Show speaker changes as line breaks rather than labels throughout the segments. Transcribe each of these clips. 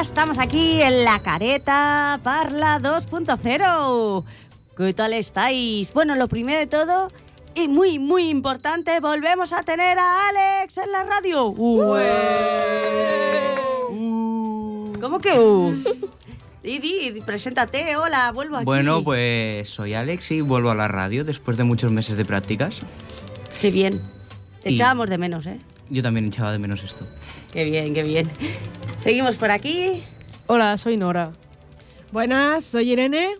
estamos aquí en la careta Parla 2.0. ¿Qué tal estáis? Bueno, lo primero de todo, y muy, muy importante, volvemos a tener a Alex en la radio. Ué. ¿Cómo que? u? Y di, di, preséntate, hola, vuelvo aquí.
Bueno, pues soy Alex y vuelvo a la radio después de muchos meses de prácticas.
Qué bien. Te
y-
echábamos de menos, ¿eh?
Yo también echaba de menos esto.
Qué bien, qué bien. Seguimos por aquí.
Hola, soy Nora. Buenas, soy Irene.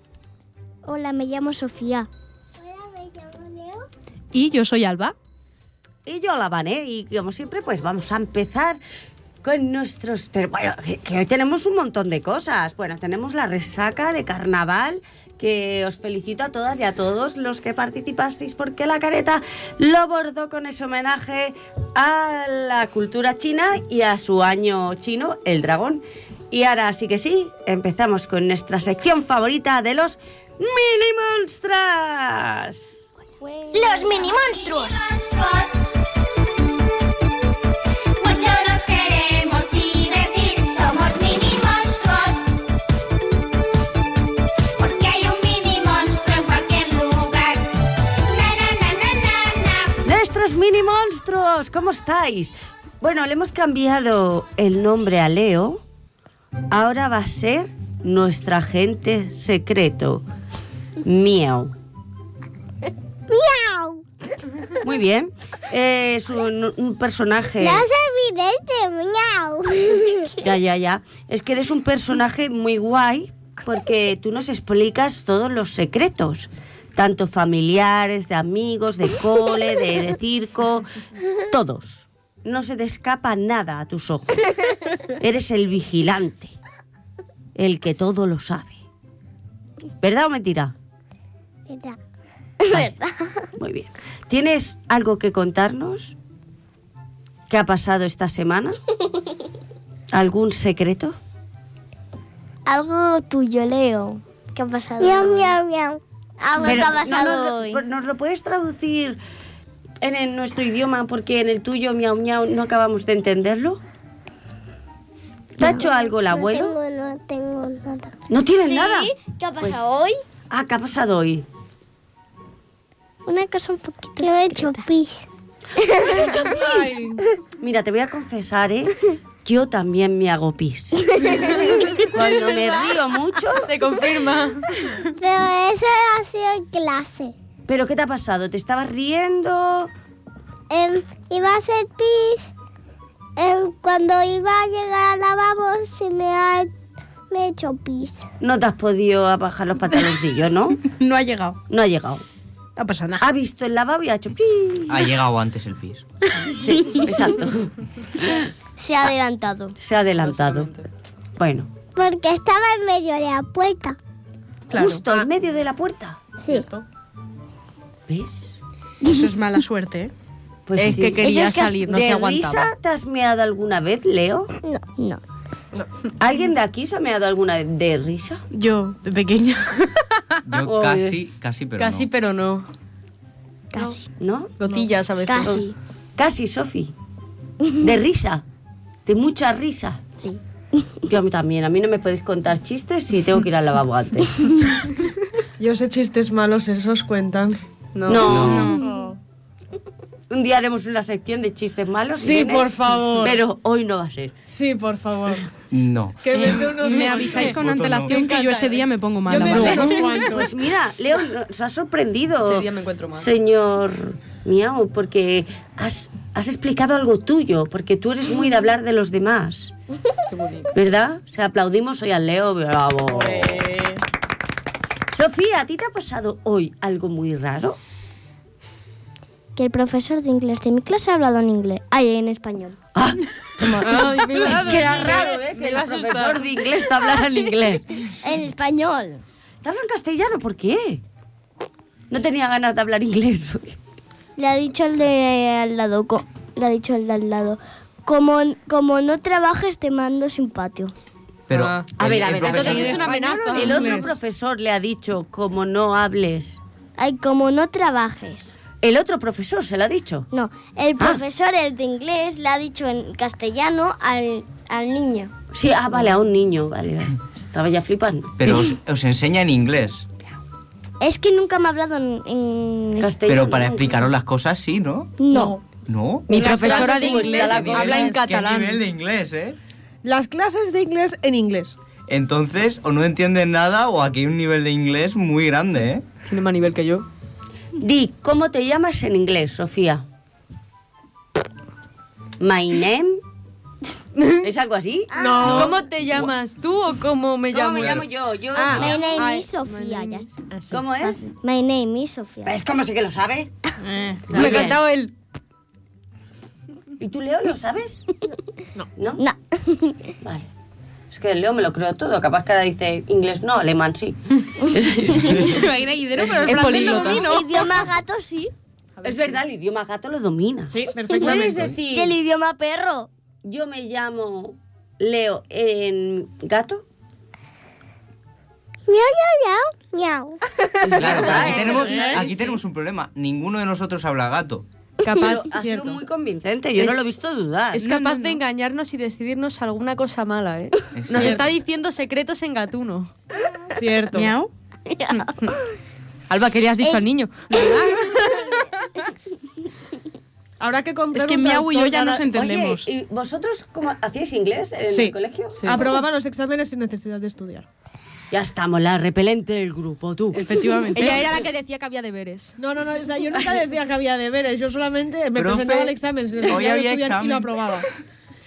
Hola, me llamo Sofía. Hola, me llamo Leo.
Y yo soy Alba.
Y yo la van, ¿eh? Y como siempre, pues vamos a empezar con nuestros... Pero bueno, que, que hoy tenemos un montón de cosas. Bueno, tenemos la resaca de carnaval, que os felicito a todas y a todos los que participasteis, porque la careta lo bordó con ese homenaje a la cultura china y a su año chino, el dragón. Y ahora sí que sí, empezamos con nuestra sección favorita de los mini monstras.
Los mini monstruos.
Mucho nos queremos divertir, somos mini monstruos. Porque hay un mini monstruo en cualquier lugar. Na, na, na, na, na, na.
Nuestros mini monstruos, ¿cómo estáis? Bueno, le hemos cambiado el nombre a Leo. Ahora va a ser nuestra agente secreto. Miau.
¡Miau!
Muy bien. Eh, es un, un personaje.
No os olvidéis de miau.
Ya, ya, ya. Es que eres un personaje muy guay porque tú nos explicas todos los secretos. Tanto familiares, de amigos, de cole, de circo, todos. No se te escapa nada a tus ojos. Eres el vigilante, el que todo lo sabe. ¿Verdad o mentira?
Mira,
Muy bien. ¿Tienes algo que contarnos? ¿Qué ha pasado esta semana? ¿Algún secreto?
Algo tuyo, Leo. ¿Qué ha pasado? Miau, miau, miau. Algo
Pero
que ha
no,
pasado
no, no,
hoy.
pero ¿Nos lo puedes traducir en, el- nuestro idioma? Porque en el tuyo, miau miau, no acabamos de entenderlo. ¿Te ha hecho algo el abuelo?
no tengo nada.
¿No tienes nada?
¿Qué ha
Pues-
pasado hoy?
Ah, ¿qué ha pasado hoy?
Una cosa un poquito Yo he hecho pis.
Mira, te voy a confesar, ¿eh? Yo también me hago pis. Cuando me río mucho.
Se confirma.
Pero eso ha sido en clase.
¿Pero qué te ha pasado? ¿Te estabas riendo?
Em, iba a hacer pis. Em, cuando iba a llegar al lavabo se me ha me he hecho pis.
No te has podido bajar los pantaloncillos, ¿no?
No ha llegado.
No ha llegado.
No pasa nada.
Ha visto el lavabo y ha hecho pis.
Ha llegado antes el pis.
Sí, exacto.
Se ha adelantado.
Se ha adelantado. Bueno,
Porque estaba en medio de la puerta.
justo
Ah.
en medio de la puerta.
Sí.
¿Ves?
Eso es mala suerte, ¿eh?
Pues
es
sí.
que quería salir, no
¿De
se aguantaba.
risa te has meado alguna vez, Leo?
No, no.
¿Alguien de aquí se ha meado alguna vez de risa?
Yo, de pequeña.
Yo
Oye.
casi, casi, pero
Casi,
no.
pero no.
Casi.
¿No?
Gotillas a veces.
Casi.
Casi, Sofi. De risa. De mucha risa.
Sí.
Yo a mí también. A mí no me podéis contar chistes si tengo que ir al lavabo antes.
Yo sé chistes malos, esos cuentan.
No.
No. Un día haremos una sección de chistes malos.
Sí,
Irene,
por favor.
Pero hoy no va a ser.
Sí, por favor.
No.
Que me sé unos
Me
cuantos.
avisáis con
Voto
antelación que yo ese día me pongo
Yo
mala.
me
madre.
sé unos cuantos.
Pues mira, Leo, nos ha sorprendido.
Ese día me encuentro mal.
Señor Miau, porque has, has explicado algo tuyo, porque tú eres muy de hablar de los demás. ¿Verdad? O sea, aplaudimos hoy al Leo, bravo.
Eh,
Sofía, ¿a ti te ha pasado hoy algo muy raro?
Que el profesor de inglés de mi clase ha hablado en inglés. Ay, en español.
Ah,
Ay, me iba a-
es que era raro, ¿eh? Que
Me
el
iba a
profesor
asustar.
de inglés te hablara en inglés.
En español.
¿Te hablan castellano? ¿Por qué? No tenía ganas de hablar inglés hoy.
Le ha dicho el de al lado. co- le ha dicho el de al lado. Como, como no trabajes, te mando sin patio.
Pero
Ah.
A
el-
ver, a
el
ver,
profesor-
entonces es una amenaza.
El otro profesor le ha dicho, como no hables
Ay, como no trabajes.
El otro profesor se lo ha dicho.
No, el profesor, el de inglés, le ha dicho en castellano al, al niño.
Sí, ah, vale, a un niño, vale. vale. Estaba ya flipando.
Pero os, os enseña en inglés.
Es que nunca me ha hablado en... en-
Castellano.
Pero para explicaros las cosas sí, ¿no?
No.
¿No?
Mi
Las
profesora
clases
de
inglés
inglés
la
¿Qué
habla
nivel-
en catalán.
¿Qué nivel de inglés, eh?
Las clases de inglés en inglés.
Entonces, o no entienden nada o aquí hay un nivel de inglés muy grande, ¿eh?
Tiene más nivel que yo.
Di, ¿cómo te llamas en inglés, Sofía? My name. ¿Es algo así?
No.
¿Cómo te llamas? ¿Tú o cómo me
¿Cómo
llamo?
me llamo yo? Yo.
Ah.
My name
Ay,
is Sofía, ya está.
¿Cómo es?
My name is Sofía.
Es como sí que lo sabe.
Eh,
Me
Muy
ha
bien.
encantado el...
¿Y tú, Leo, lo sabes? No. ¿No?
No.
Vale. Es que Leo me lo creo todo. Capaz que ahora dice inglés no, alemán sí.
Pero el
Es
francés lo
políglota.
domino.
Idioma gato sí.
Es verdad, el idioma gato lo domina.
Sí,
Puedes
perfectamente.
Y el
decir,
idioma perro.
yo me llamo Leo en gato.
Miau, miau, miau. Miau.
Claro, pero aquí
¿eh?
tenemos,
Sí,
aquí tenemos un problema. Ninguno de nosotros habla gato.
Pero
Capaz,
ha sido
cierto.
muy convincente. Yo no
Es-
lo he visto dudar.
Es
Es,
capaz de engañarnos y decidirnos alguna cosa mala, ¿eh?
Es
Nos
cierto.
está diciendo secretos en gatuno.
Cierto.
Alba, ¿qué le has dicho
Es-
al niño?
Habrá que comprar
Es que
un
Miau y yo
traductor
ya
cada-
nos entendemos.
Oye, ¿y vosotros cómo hacíais inglés en
Sí.
el colegio?
Sí. Aprobaba los exámenes sin necesidad de estudiar.
Ya estamos, la repelente del grupo, tú.
Efectivamente.
Ella era la que decía que había deberes.
No, no, no, o sea, yo nunca decía que había deberes, yo solamente me
Profe,
presentaba al examen sin
hoy
necesidad de
había
estudiar y
examen.
lo aprobaba.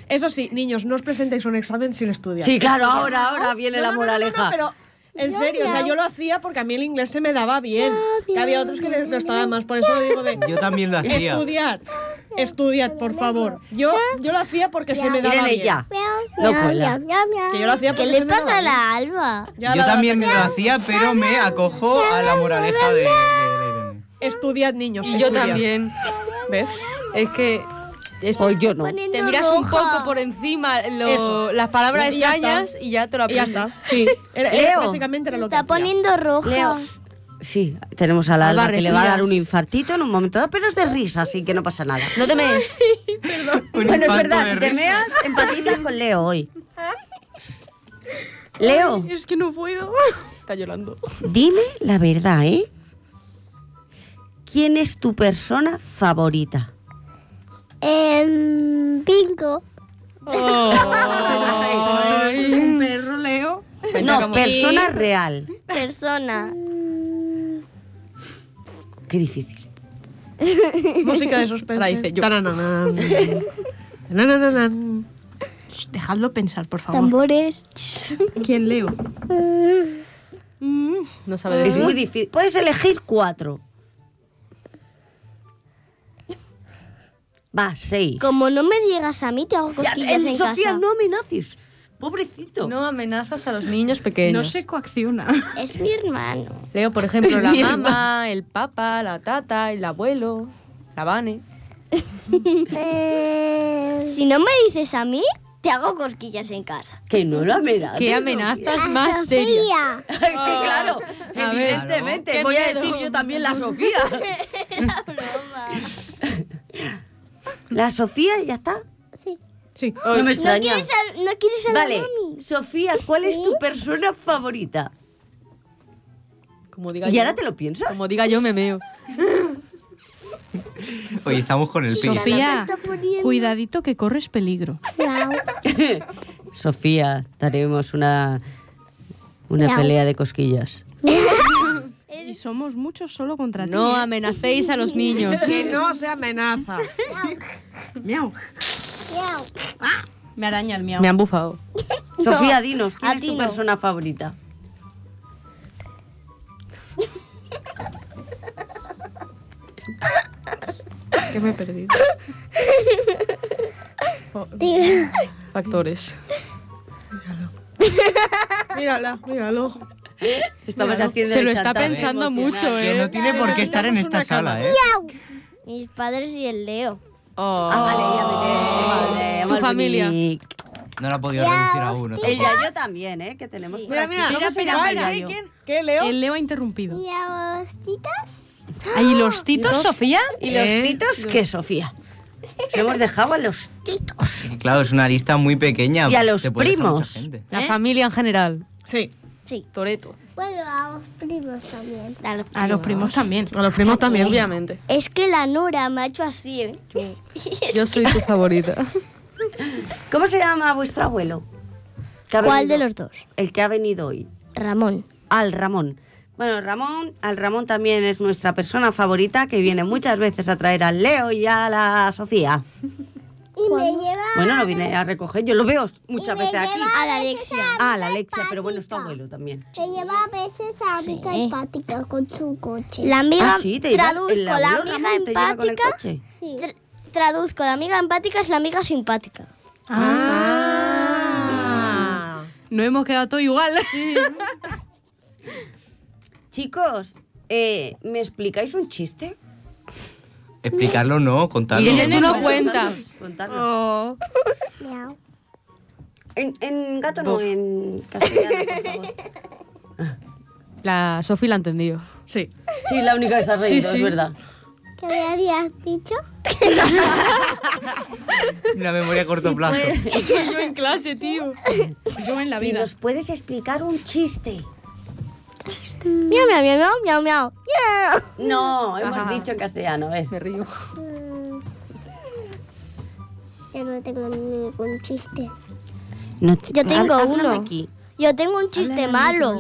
Eso sí, niños, no os presentéis a un examen sin estudiar.
Sí, claro, ahora, ahora viene
No,
la
no, no, no, no,
moraleja.
pero en serio, o sea, yo lo hacía porque a mí el inglés se me daba bien. Que había otros que les costaba más, por eso lo digo de
Yo también lo hacía.
estudiad, estudiad, por favor. Yo, yo lo hacía porque se me daba
Irene,
bien.
ya.
Miau,
No cuela.
miau, miau, miau.
Que yo lo hacía
¿Qué
porque
le
se me daba
pasa a
bien.
la alba?
Ya
Yo
la-
también me lo hacía, pero me acojo a la moraleja de, de la Irene.
Estudiad, niños.
Yo
estudiad.
también.
¿Ves?
Es que... es-
Hoy yo no.
Te miras un poco por encima lo-
Eso.
las palabras
Y ya
extrañas y ya te lo
Y ya
aprendes.
está. Sí. Era- era-
Leo.
básicamente era
Se
lo que
está
hacía.
poniendo roja.
Leo. Sí, tenemos a la
Alba,
Alba que le va a
respira.
dar un infartito en un momento dado, pero es de risa, así que no pasa nada.
No te mees.
Un
bueno, es
infarto
verdad,
de
si te
risa.
meas, empatita con Leo hoy. Leo,
Es que no puedo. Está llorando.
dime la verdad, ¿eh? ¿Quién es tu persona favorita?
Em, bingo.
¿Es un perro, Leo?
No, persona real.
Persona.
Qué difícil.
Música de suspense.
Ahora dice yo.
Tanananan. Nanananan.
Shh, dejadlo pensar, por favor.
Tambores.
¿Quién leo?
No sabe
Es
decir.
muy difícil. Puedes elegir cuatro. Va, seis.
Como no me digas a mí, te hago
Ya,
cosquillas
eh,
en
Sofía,
casa.
no amenaces. Pobrecito.
No amenazas a los niños pequeños.
No se coacciona.
Es mi hermano.
Leo, por ejemplo,
Es
la
mi
mamá, el papá, la tata, el abuelo, la Vane.
Si no me dices a mí, te hago cosquillas en casa.
Que no lo amenaces.
¿Qué
Sofía.
amenazas más serias?
Es que
Ah,
claro,
A ver.
evidentemente.
Qué
voy a
miedo.
decir yo también la Sofía.
Era broma.
¿La Sofía ya está?
Sí.
No me
¿No
extraña.
quieres, al- ¿No quieres a la
Vale,
mami? ¿Eh?
Sofía, ¿cuál es tu persona favorita?
Como diga
¿Y
yo.
ahora te lo piensas?
Como diga yo, me meo.
Oye, estamos con el pique.
Sofía,
está poniendo.
cuidadito que corres peligro.
Sofía, daremos una, una
Miau.
pelea de cosquillas.
Y somos muchos solo contra ti.
No amenacéis a los niños.
Que no se amenaza.
Miau.
Miau.
Me araña el miau.
Me han bufado.
Sofía, dinos, ¿quién
a
es
ti
tu
no.
persona favorita?
Que me he perdido.
Digo,
Factores.
Mírala, míralo.
Estamos haciendo
Se
el
lo está
chantaje
pensando
emocional.
mucho,
Que no
¿eh?
tiene por qué estar en esta sala, ¿eh?
Mis padres y el Leo.
Oh.
Ah, vale,
Oh.
ya me tengo. Vale,
Tu
mal
familia.
venic.
No la ha podido reducir a uno.
El Yayo también, ¿eh? Que tenemos por
Mira,
aquí.
mira,
¿Cómo
¿eh?
mira,
se
mira,
llama el
mira,
Yayo?
¿Qué, Leo?
El Leo ha interrumpido.
¿Y a vos, titas?
¿Y los titos, Sofía?
¿Y los
Eh,
titos qué, Sofía? Nos hemos dejado a los titos.
Y Claro, es una lista muy pequeña.
Y a los
te puede dejar
primos.
mucha gente.
La familia en general.
Sí.
Sí.
¿Eh? Toreto.
Bueno, a los primos también.
A los primos también.
A los primos también.
Obviamente.
Es que la Nora me ha hecho así, ¿eh?
Yo soy tu favorita.
¿Cómo se llama vuestro abuelo? Que ha
¿Cuál de
venido-
los dos?
El que ha venido hoy.
Ramón.
Al Ramón. Bueno, Ramón, al Ramón también es nuestra persona favorita que viene muchas veces a traer al Leo y a la Sofía.
Y me lleva
Bueno, lo viene a recoger, yo lo veo muchas veces aquí.
a la Alexia.
Ah, la Alexia, pero bueno, es tu abuelo también.
Me lleva a veces a amiga empática con su coche. Eh, La amiga,
Ah, sí, te lleva
traduzco,
el
la
abuelo
amiga
Ramón, te lleva con el
empática,
coche.
tra- traduzco, la amiga empática es la amiga simpática.
No hemos quedado todo igual.
Chicos, eh, ¿me explicáis un chiste?
Explicarlo no, contarlo.
Irene, tú no
Bueno,
cuentas.
contadlo.
Oh.
Miau.
En, en gato no, en castellano, por favor.
La Sofi la ha entendido.
Sí.
Sí, la única que se ha reído,
sí.
es verdad.
¿Qué me habías dicho?
Una memoria a corto plazo.
Yo en clase, tío.
Yo en la
Si
vida.
nos puedes explicar un chiste.
Miau, miau, miau, miau, miau, miau. miau.
No, hemos dicho en castellano, eh. a ver.
Me río.
Yo no tengo ningún chiste.
No te-
Yo tengo
Hab- háblame
uno.
aquí.
Yo tengo un chiste malo.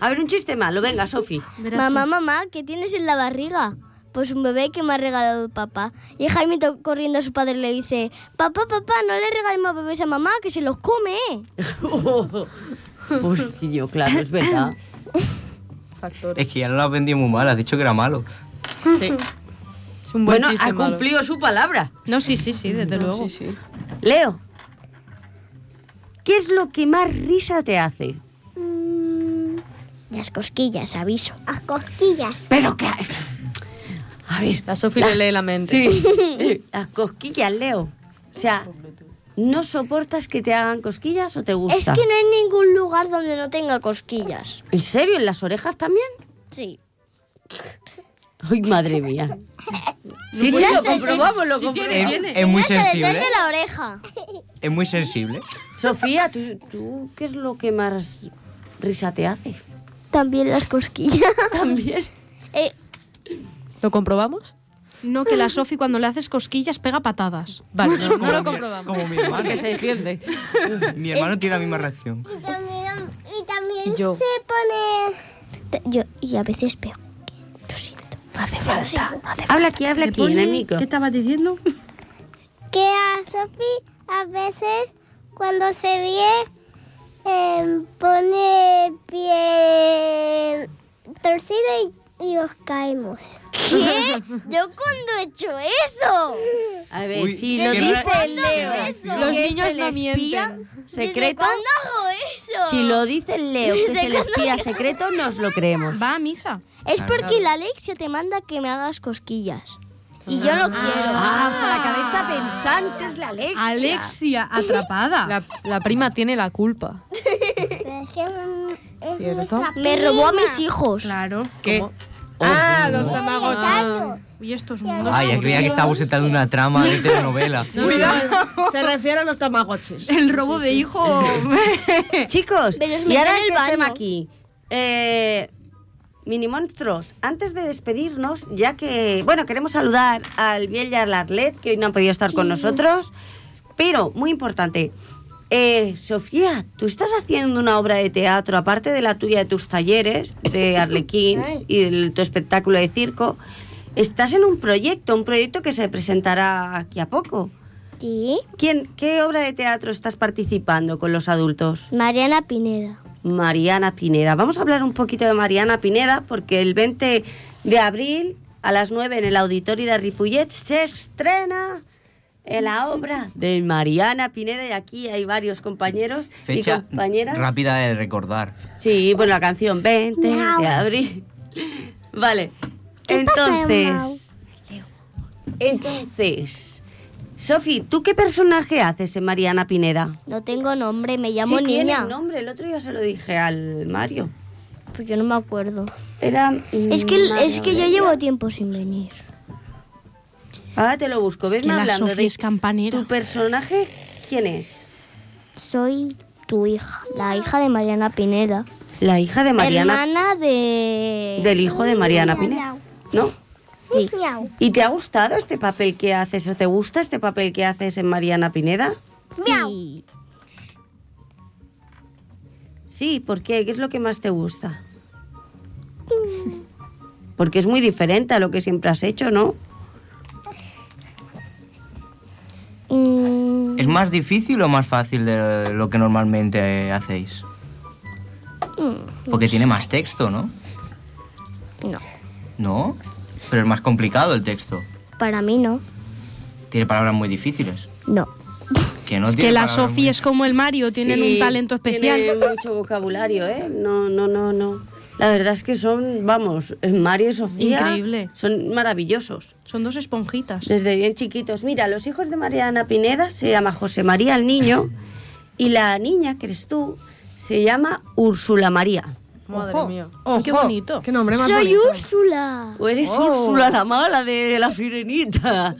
A ver, un chiste malo, venga, Sofi.
Mamá, mamá, ¿qué tienes en la barriga? Pues un bebé que me ha regalado papá. Y Jaime to- corriendo a su padre le dice, papá, papá, no le regales más bebés a mamá, que se los come.
Hostillo, claro, es verdad.
Factor.
Es que ya no lo has vendido muy mal, has dicho que era malo.
Es un buen
Bueno,
chiste
ha
malo.
cumplido su palabra.
No, sí, sí, sí, desde luego. Sí, sí.
Leo, ¿qué es lo que más risa te hace?
Las cosquillas, aviso. Las cosquillas.
Pero que... A ver,
La Sofi le lee la mente.
sí. Las cosquillas, Leo. O sea, ¿no soportas que te hagan cosquillas o te gusta?
Es que no hay ningún lugar donde no tenga cosquillas.
¿En serio? ¿En las orejas también?
Sí.
Ay, madre mía. Sí, sí, lo comprobamos, lo comprobamos.
Es, es muy sensible. ¿eh?
Detrás de la oreja.
Es muy sensible.
Sofía, ¿tú, tú qué es lo que más risa te hace?
También las cosquillas.
También.
Eh,
¿Lo comprobamos?
No, que la Sofi cuando le haces cosquillas pega patadas.
Vale, no, no lo
mi-
comprobamos.
Como mi hermano.
Que se defiende.
Mi hermano tiene la misma reacción.
y también,
Y yo. se
pone... Yo, y a veces veo. Lo siento. No hace falta.
Habla aquí, habla aquí, en el micro.
¿Qué estabas diciendo?
Que a Sofi a veces cuando se ríe em, pone el pie torcido y, y os caemos. ¿Qué? ¿Yo cuando he hecho eso?
A ver,
Uy,
si
qué
lo
raro.
dice el
¿Cuándo
Leo,
hago eso?
Los
que es
niños
el
no
espía
mienten.
¿Desde
Secreto.
cuándo hago eso?
Si lo dice el Leo, que es
¿Desde
el
cuándo
espía secreto, nos lo creemos.
Va a misa.
Es porque la Alexia te manda que me hagas cosquillas. Y yo no quiero.
Ah, o sea, la cabeza pensante es la Alexia.
Alexia, atrapada.
La, la prima tiene la culpa. ¿Cierto?
Me robó a mis hijos.
Claro.
¿Qué?
Oh,
Ah, los tamagotchis.
Y estos mundos.
Ay, ya creía que estaba sentando una trama de telenovela.
Cuidado. Se refiere a los tamagotchis.
El robo de hijo.
Chicos,
Pero os
y
meto
ahora
en el
que
baño.
estemos aquí, eh, mini monstruos, antes de despedirnos, ya que, bueno, queremos saludar al Biel y a la Arlet, que hoy no han podido estar con nosotros, pero, muy importante, eh, Sofía, tú estás haciendo una obra de teatro, aparte de la tuya de tus talleres, de Arlequins y de tu espectáculo de circo, estás en un proyecto, un proyecto que se presentará aquí a poco.
Sí.
¿Quién, ¿Qué obra de teatro estás participando con los adultos?
Mariana Pineda.
Mariana Pineda. Vamos a hablar un poquito de Mariana Pineda porque el 20 de abril a las 9 en el auditorio de Ripollet se estrena en la obra de Mariana Pineda y aquí hay varios compañeros y
Fecha
compañeras.
rápida de recordar.
Sí, bueno, la canción 20 de abril. Vale.
¿Qué pasa,
Entonces, entonces, Sofi, ¿tú qué personaje haces en Mariana Pineda?
No tengo nombre, me llamo
Sí, tiene
niña.
nombre, el otro día se lo dije al Mario.
pues yo no me acuerdo.
Era. mm,
Es que, es
Mario
que yo
Aurelia.
llevo tiempo sin venir.
Ah, te lo busco.
Es
Ves
que la
hablando
Sofía
de.
es campanera.
¿Tu personaje quién es?
Soy tu hija, la hija de Mariana Pineda.
La hija de Mariana.
Hermana de...
Del hijo de Mariana Pineda. ¿No?
Sí.
¿Y te ha gustado este papel que haces o te gusta este papel que haces en Mariana Pineda?
Sí.
Sí, ¿por qué? ¿Qué es lo que más te gusta?
Mm.
Porque es muy diferente a lo que siempre has hecho, ¿no?
Mm,
¿Es más difícil o más fácil de lo que normalmente eh, hacéis? Porque tiene más texto, ¿no?
no,
No, pero es más complicado el texto.
para mí no.
Tiene palabras muy difíciles.
No.
Que no
es
tiene
que la
palabras muy-
Sofía es como el Mario, tienen
Sí,
un talento especial.
Tienen mucho vocabulario, ¿eh? No, no, no, no. La verdad es que son, vamos, Mario y Sofía.
Increíble.
Son maravillosos.
Son dos esponjitas.
Desde bien chiquitos. Mira, los hijos de Mariana Pineda se llama José María el niño y la niña, que eres tú, se llama Úrsula María.
Madre mía.
Qué
Ojo,
bonito.
Qué nombre más
Soy
bonito.
Úrsula.
O eres
Oh.
Úrsula la mala de la sirenita.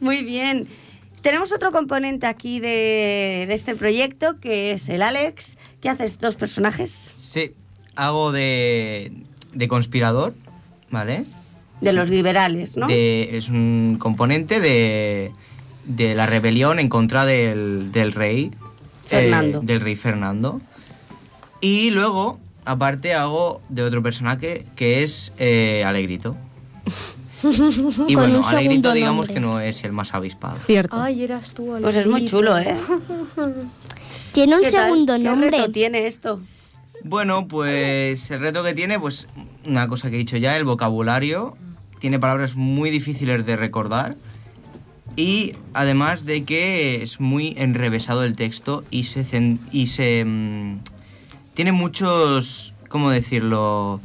Muy bien. Tenemos otro componente aquí de, de este proyecto, que es el Alex, que haces dos personajes
Sí, hago de, de conspirador, ¿vale?
de los liberales, ¿no?
De- es un componente de, de la rebelión en contra del, del rey. eh,
Fernando.
del rey Fernando. Y luego, aparte, hago de otro personaje que es eh, Alegrito. Y
Con
bueno,
un
Alegrito
segundo
digamos
nombre.
que no es el más avispado.
Cierto.
Ay, eras tú,
Pues es muy
Albertito.
chulo, ¿eh?
Tiene un
¿Qué tal?
segundo
¿Qué
nombre.
reto tiene esto?
Bueno, pues el reto que tiene, pues una cosa que he dicho ya, el vocabulario. Tiene palabras muy difíciles de recordar. Y además de que es muy enrevesado el texto y se... cen- Y se mm, tiene muchos... ¿Cómo decirlo?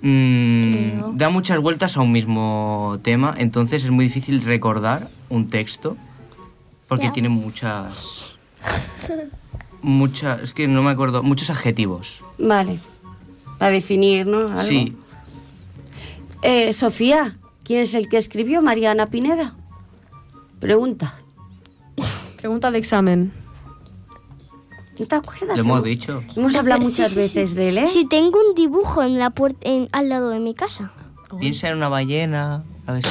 Mm,
Creo.
da muchas vueltas a un mismo tema, entonces es muy difícil recordar un texto porque
Ya.
tiene muchas... Muchas, es que no me acuerdo, muchos adjetivos.
Vale. Para definir, ¿no? Algo.
Sí,
Eh, Sofía, ¿quién es el que escribió Mariana Pineda? Pregunta.
Pregunta de examen.
¿No te acuerdas?
lo hemos
no?
dicho.
Hemos hablado
Ah, Sí,
muchas
sí, sí.
veces de él, ¿eh?
Si tengo un dibujo en la puerta, en- al lado de mi casa.
Piensa en una ballena. A ver.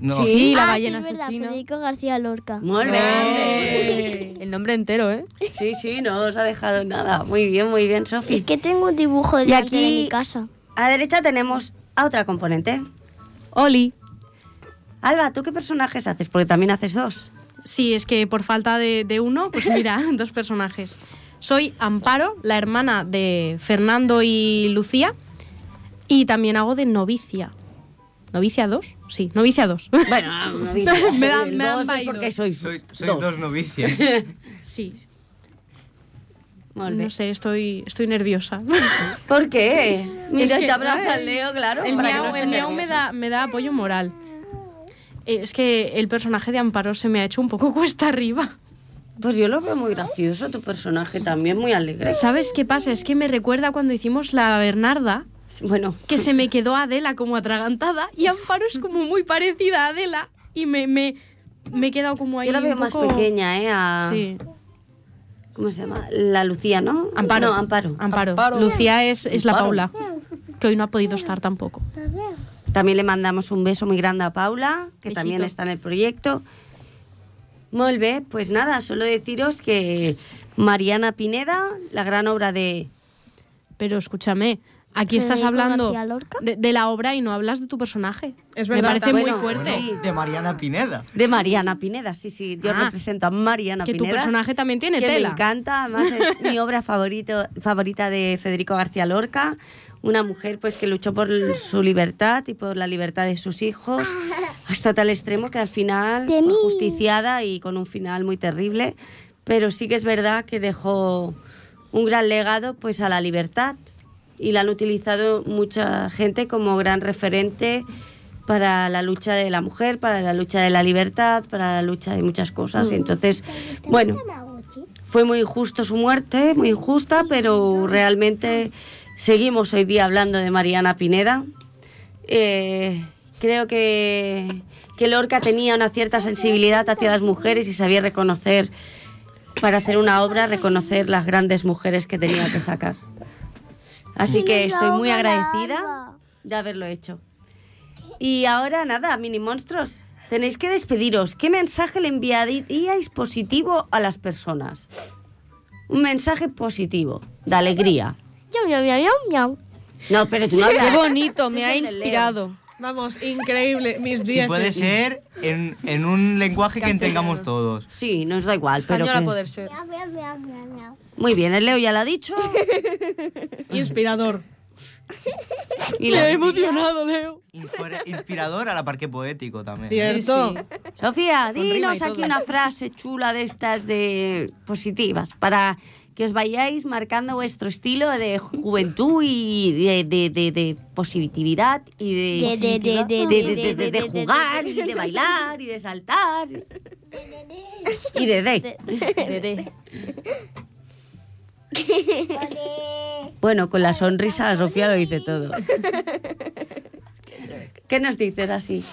No,
Sí, la
Ah,
ballena
sí, es verdad,
asesina.
Federico García Lorca.
Muy bien.
El nombre entero, ¿eh?
Sí, sí, no os ha dejado nada. Muy bien, muy bien, Sofi.
Es que tengo un dibujo delante de
aquí-
mi casa.
A la derecha tenemos a otra componente.
Oli.
Alba, ¿tú qué personajes haces? Porque también haces dos.
Sí, es que por falta de, de uno, pues mira, dos personajes. Soy Amparo, la hermana de Fernando y Lucía, y también hago de novicia. ¿Novicia 2? Sí, novicia 2.
Bueno, no vi nada.
Me dan-
El
me dan
dos es
vaidos.
porque sois,
sois, sois
dos.
dos. novicias.
Sí,
Molt bé.
no sé, estoy, estoy nerviosa.
¿Por qué? Mira,
que,
te abraza
ay,
el Leo, claro.
El
para que
miau,
no esté
el miau me,
nervioso.
da, me da apoyo moral. Eh, Es que el personaje de Amparo se me ha hecho un poco cuesta arriba.
Pues yo lo veo muy gracioso, tu personaje también, muy alegre.
¿Sabes qué pasa? Es que me recuerda cuando hicimos la Bernarda,
Bueno,
que se me quedó Adela como atragantada y Amparo es como muy parecida a Adela y me, me, me he quedado como ahí
yo la veo
un
más
poco-
pequeña, ¿eh? A-
Sí,
¿Cómo se llama? La Lucía, ¿no?
Amparo.
No, Amparo.
Amparo. Lucía es, es la
Amparo.
Paula, que hoy no ha podido estar tampoco.
También le mandamos un beso muy grande a Paula, que
Besito.
también está en el proyecto. Muy bé, pues nada, solo deciros que Mariana Pineda, la gran obra de...
Pero escúchame, aquí estás
Federico
hablando
García Lorca.
de, de la obra y no hablas de tu personaje.
Es
me
verdad,
parece muy
bueno,
fuerte.
bueno.
De Mariana Pineda.
De Mariana Pineda, sí, sí, yo
Ah,
represento a Mariana
que tu
Pineda.
personaje también tiene
que
tela.
Me encanta, además es mi obra favorito, favorita de Federico García Lorca, una mujer pues que luchó por su libertad y por la libertad de sus hijos hasta tal extremo que al final
De
fue
mí.
justiciada y con un final muy terrible, pero sí que es verdad que dejó un gran legado pues a la libertad y la han utilizado mucha gente como gran referente para la lucha de la mujer, para la lucha de la libertad, para la lucha de muchas cosas. Entonces, bueno, fue muy injusto su muerte, muy injusta, pero realmente Seguimos hoy día hablando de Mariana Pineda. Eh, creo que, que Lorca tenía una cierta sensibilidad hacia las mujeres y sabía reconocer, para hacer una obra, reconocer las grandes mujeres que tenía que sacar. Así que estoy muy agradecida de haberlo hecho. Y ahora nada, mini monstruos, tenéis que despediros. ¿Qué mensaje le enviaríais positivo a las personas? Un mensaje positivo, de alegría.
Miau, miau, miau, miau, miau.
No, pero tú no hablas.
Qué bonito, me
Ese
ha
es el de Leo.
inspirado.
Vamos, increíble. Mis
Si
días.
puede ser en, en un lenguaje que entendamos todos.
Sí, nos da igual, pero
Española
que es-
poder ser.
Miau, miau, miau, miau, miau.
Muy bien, el Leo ya lo ha dicho.
Inspirador.
Y la...
Infor- Inspirador a la parque poético también.
Cierto.
Sofía,
rima y
dinos aquí
todo.
una frase chula de estas de positivas para que os vayáis marcando vuestro estilo de juventud y de, de, de, de positividad y de,
De- de- de-
de-
de-
de- de-
de-
de
de- de-
jugar y de bailar y de saltar y de de.
Tere.
Bueno, con la sonrisa Sofía lo dice todo. ¿Qué nos dices así?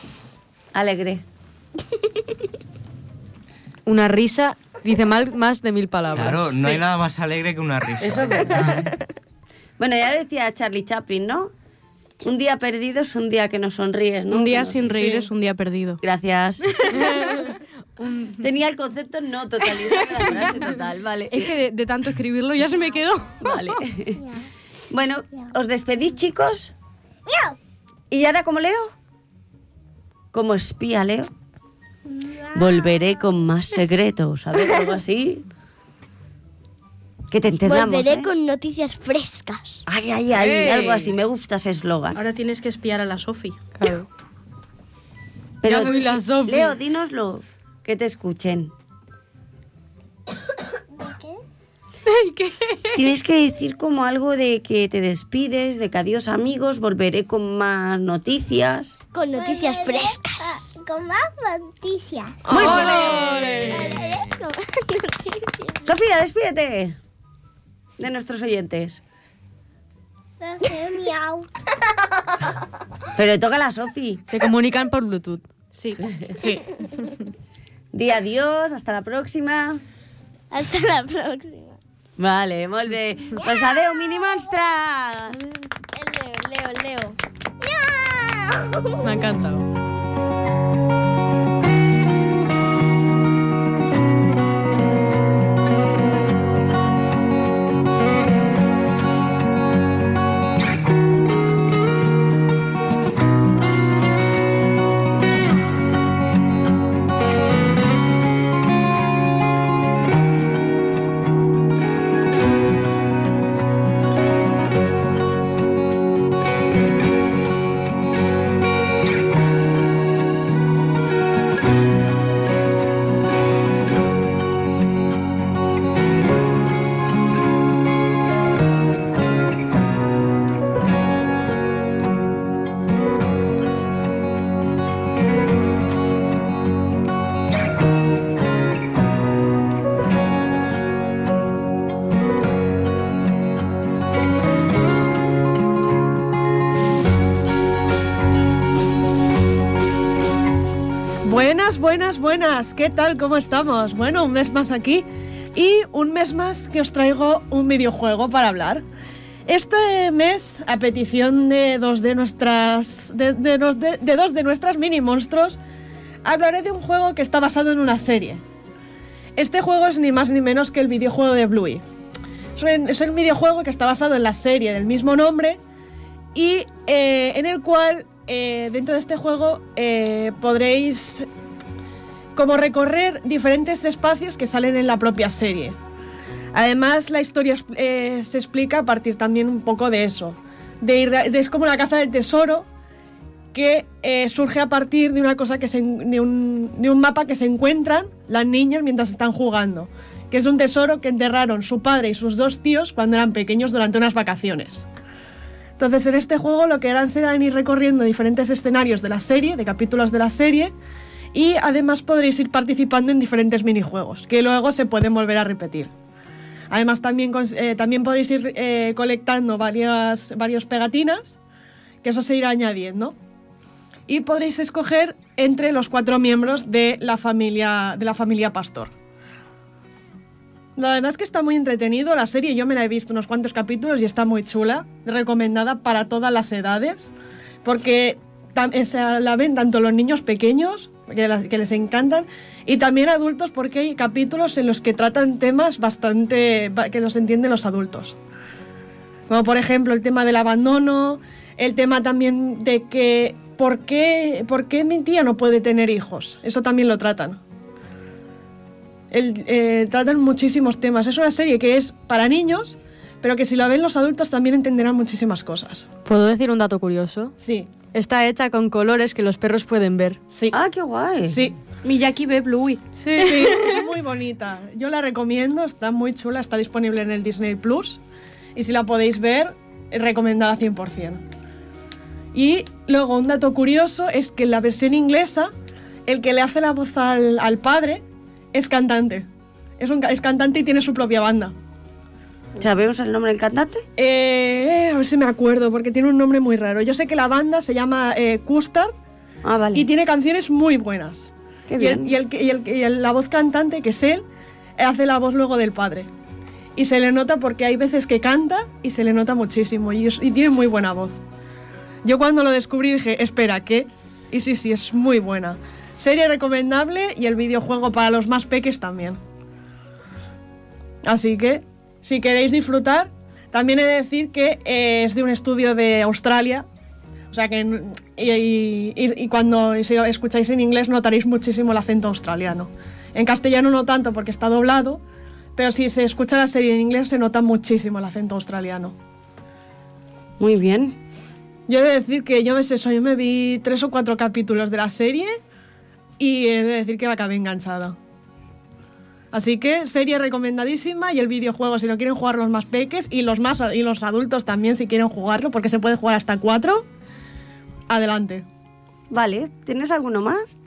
Alegre.
Una risa dice mal, más de mil palabras.
Claro, no hay nada más alegre que una risa.
Eso es verdad. bueno, ya decía Charlie Chaplin, ¿no? Un día perdido es un día que no sonríes, ¿no?
Un
Que
día
no-
sin reír es un día perdido.
Gracias. Tenía el concepto no totalidad, la frase total, vale.
Es que de, de tanto escribirlo ya se me quedó.
Vale. bueno, os despedís, chicos. ¿Y ahora como Leo? Como espía, Leo. Volveré con más secretos, ¿sabes? Algo así. Que te enterramos,
Volveré
¿eh?
con noticias frescas.
Ay, ay, ay,
¡Ey!
algo así. Me gusta ese eslogan.
Ahora tienes que espiar a la Sofi.
Pero
Ya me vi la Sofi.
Leo, dínoslo, que te escuchen. ¿Qué? Tienes que decir como algo de que te despides, de que adiós amigos, volveré con más noticias.
Con noticias frescas.
Con más noticias.
Muy bien.
Con más noticias.
Sofía, despídete de nuestros oyentes.
No sé, miau.
Pero toca a la Sofi.
Se comunican por Bluetooth.
Sí, sí.
Di adiós, hasta la próxima.
Hasta la próxima.
Vale, molt bé. Pues adeu, mini monstres!
Leo, Leo, Leo.
Me ha encantado.
Buenas, buenas, buenas. ¿Qué tal? ¿Cómo estamos? Bueno, un mes más aquí y un mes más que os traigo un videojuego para hablar. Este mes, a petición de dos de nuestras. de, de nos- de- de dos de nuestras mini monstruos, hablaré de un juego que está basado en una serie. Este juego es ni más ni menos que el videojuego de Bluey. Es un, es un videojuego que está basado en la serie del mismo nombre y eh, en el cual eh, dentro de este juego eh, podréis como recorrer diferentes espacios que salen en la propia serie. Además, la historia es- eh, se explica a partir también un poco de eso. De ir a- de- es como la caza del tesoro que eh, surge a partir de una cosa que se en- de, un, de un mapa que se encuentran las niñas mientras están jugando, que es un tesoro que enterraron su padre y sus dos tíos cuando eran pequeños durante unas vacaciones. Entonces, en este juego lo que harán será ir recorriendo diferentes escenarios de la serie, de capítulos de la serie, y además podréis ir participando en diferentes minijuegos, que luego se pueden volver a repetir. Además, también, cons- eh, también podéis ir eh, colectando varias, varios pegatinas, que eso se irá añadiendo. Y podréis escoger entre los cuatro miembros de la familia, de la familia Pastor. La verdad es que está muy entretenido la serie. Yo me la he visto unos cuantos capítulos y está muy chula. Recomendada para todas las edades. Porque tam- eh, se la ven tanto los niños pequeños, que, las- que les encantan, y también adultos porque hay capítulos en los que tratan temas bastante ba- que los entienden los adultos. Como por ejemplo el tema del abandono, el tema también de que por qué, por qué mi tía no puede tener hijos. Eso también lo tratan. El- eh, tratan muchísimos temas. Es una serie que es para niños, pero que si la ven los adultos también entenderán muchísimas cosas.
¿Puedo decir un dato curioso?
Sí,
Está hecha con colores que los perros pueden ver.
sí,
Ah, qué guay.
sí.
Miyaki ve Bluey.
Sí, sí, es muy bonita. Yo la recomiendo, está muy chula, está disponible en el Disney Plus. Y si la podéis ver, es recomendada 100%. Y luego, un dato curioso es que en la versión inglesa, el que le hace la voz al, al padre es cantante. Es, un, ca- es cantante y tiene su propia banda.
¿Sabemos el nombre del cantante?
Eh, a ver si me acuerdo, porque tiene un nombre muy raro. Yo sé que la banda se llama eh, Custard
Ah, vale.
y tiene canciones muy buenas.
Qué
Y, el-
bien.
y el que- y el que- y el- la voz cantante, que es él, hace la voz luego del padre. Y se le nota porque hay veces que canta y se le nota muchísimo. Y, es- y tiene muy buena voz. Yo cuando lo descubrí dije, espera, ¿qué? Y sí, sí, es muy buena. Serie recomendable y el videojuego para los más peques también. Así que, si queréis disfrutar, también he de decir que eh, es de un estudio de Australia. O sea que, n- y, y- y- y cuando si lo escucháis en inglés notaréis muchísimo el acento australiano. En castellano no tanto porque está doblado, pero si se escucha la serie en inglés se nota muchísimo el acento australiano.
Muy bien.
Yo he de decir que yo me sé eso, yo me vi tres o cuatro capítulos de la serie y he de decir que me acabé enganchada. Así que serie recomendadísima y el videojuego si lo quieren jugar los más peques y los más y los adultos también si quieren jugarlo porque se puede jugar hasta cuatro. Adelante.
Vale, ¿tienes alguno más?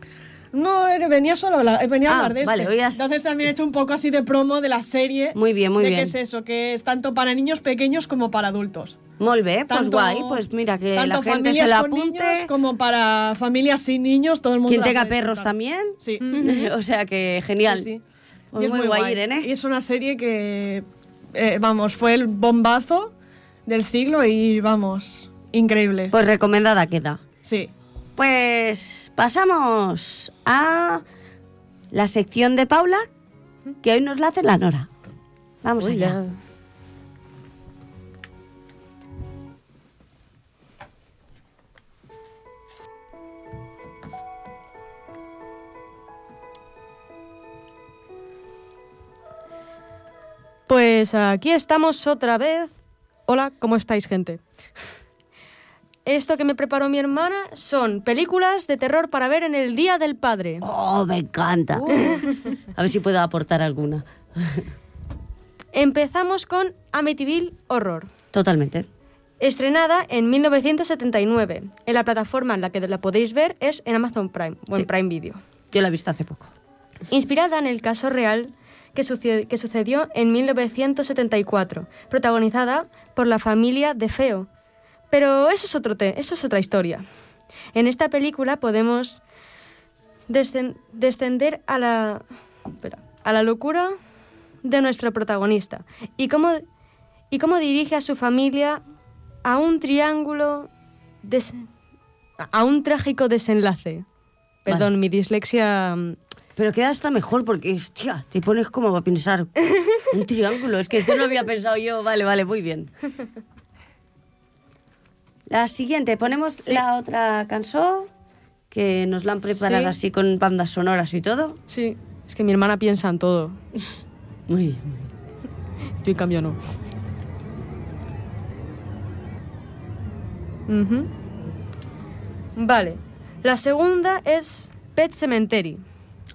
No, era- venía solo a hablar, venía a
Ah,
hablar de
vale,
este.
hoy has-
Entonces también he hecho un poco así de promo de la serie.
Muy bien, muy
de
bien.
qué es eso, que es tanto para niños pequeños como para adultos.
Muy bien, pues
Tanto-
guay. Pues mira, que
tanto
la gente se
familias
la
con niños
apunte.
como para familias sin niños, todo el mundo.
Quien
la
tenga
puede
perros
disfrutar.
también.
Sí.
o sea que genial.
Sí, sí.
Pues
Y es
muy, guay, Irene.
Y es una serie que, eh, vamos, fue el bombazo del siglo y, vamos, increíble.
Pues recomendada queda.
Sí.
Pues pasamos a la sección de Paula, que hoy nos la hace la Nora. Vamos allá.
Pues aquí estamos otra vez. Hola, ¿cómo estáis, gente? Esto que me preparó mi hermana son películas de terror para ver en el Día del Padre.
Oh, me encanta.
Uh.
A ver si puedo aportar alguna.
Empezamos con Amityville Horror,
Totalmente.
estrenada en 1979. En la plataforma en la que la podéis ver es en Amazon Prime o en
Sí.
Prime Video.
Yo la he visto hace poco.
Inspirada en el caso real que, suce- que sucedió en 1974, protagonizada por la familia de Feo. Pero eso es, otro te- eso es otra historia. En esta película podemos descen- descender a la, espera, a la locura de nuestro protagonista y cómo, y cómo dirige a su familia a un triángulo, des- a un trágico desenlace. Perdón, mi dislexia mm,
Pero queda hasta mejor porque, hostia, te pones como a pensar un triángulo. Es que esto no había pensado yo. Vale, vale, muy bien. La siguiente, ponemos la otra canción que nos la han preparado
Sí.
así con bandas sonoras y todo.
Sí, es que mi hermana piensa en todo.
Muy bien.
Yo en cambio no. Ujú. Vale. La segunda es Pet Cemetery,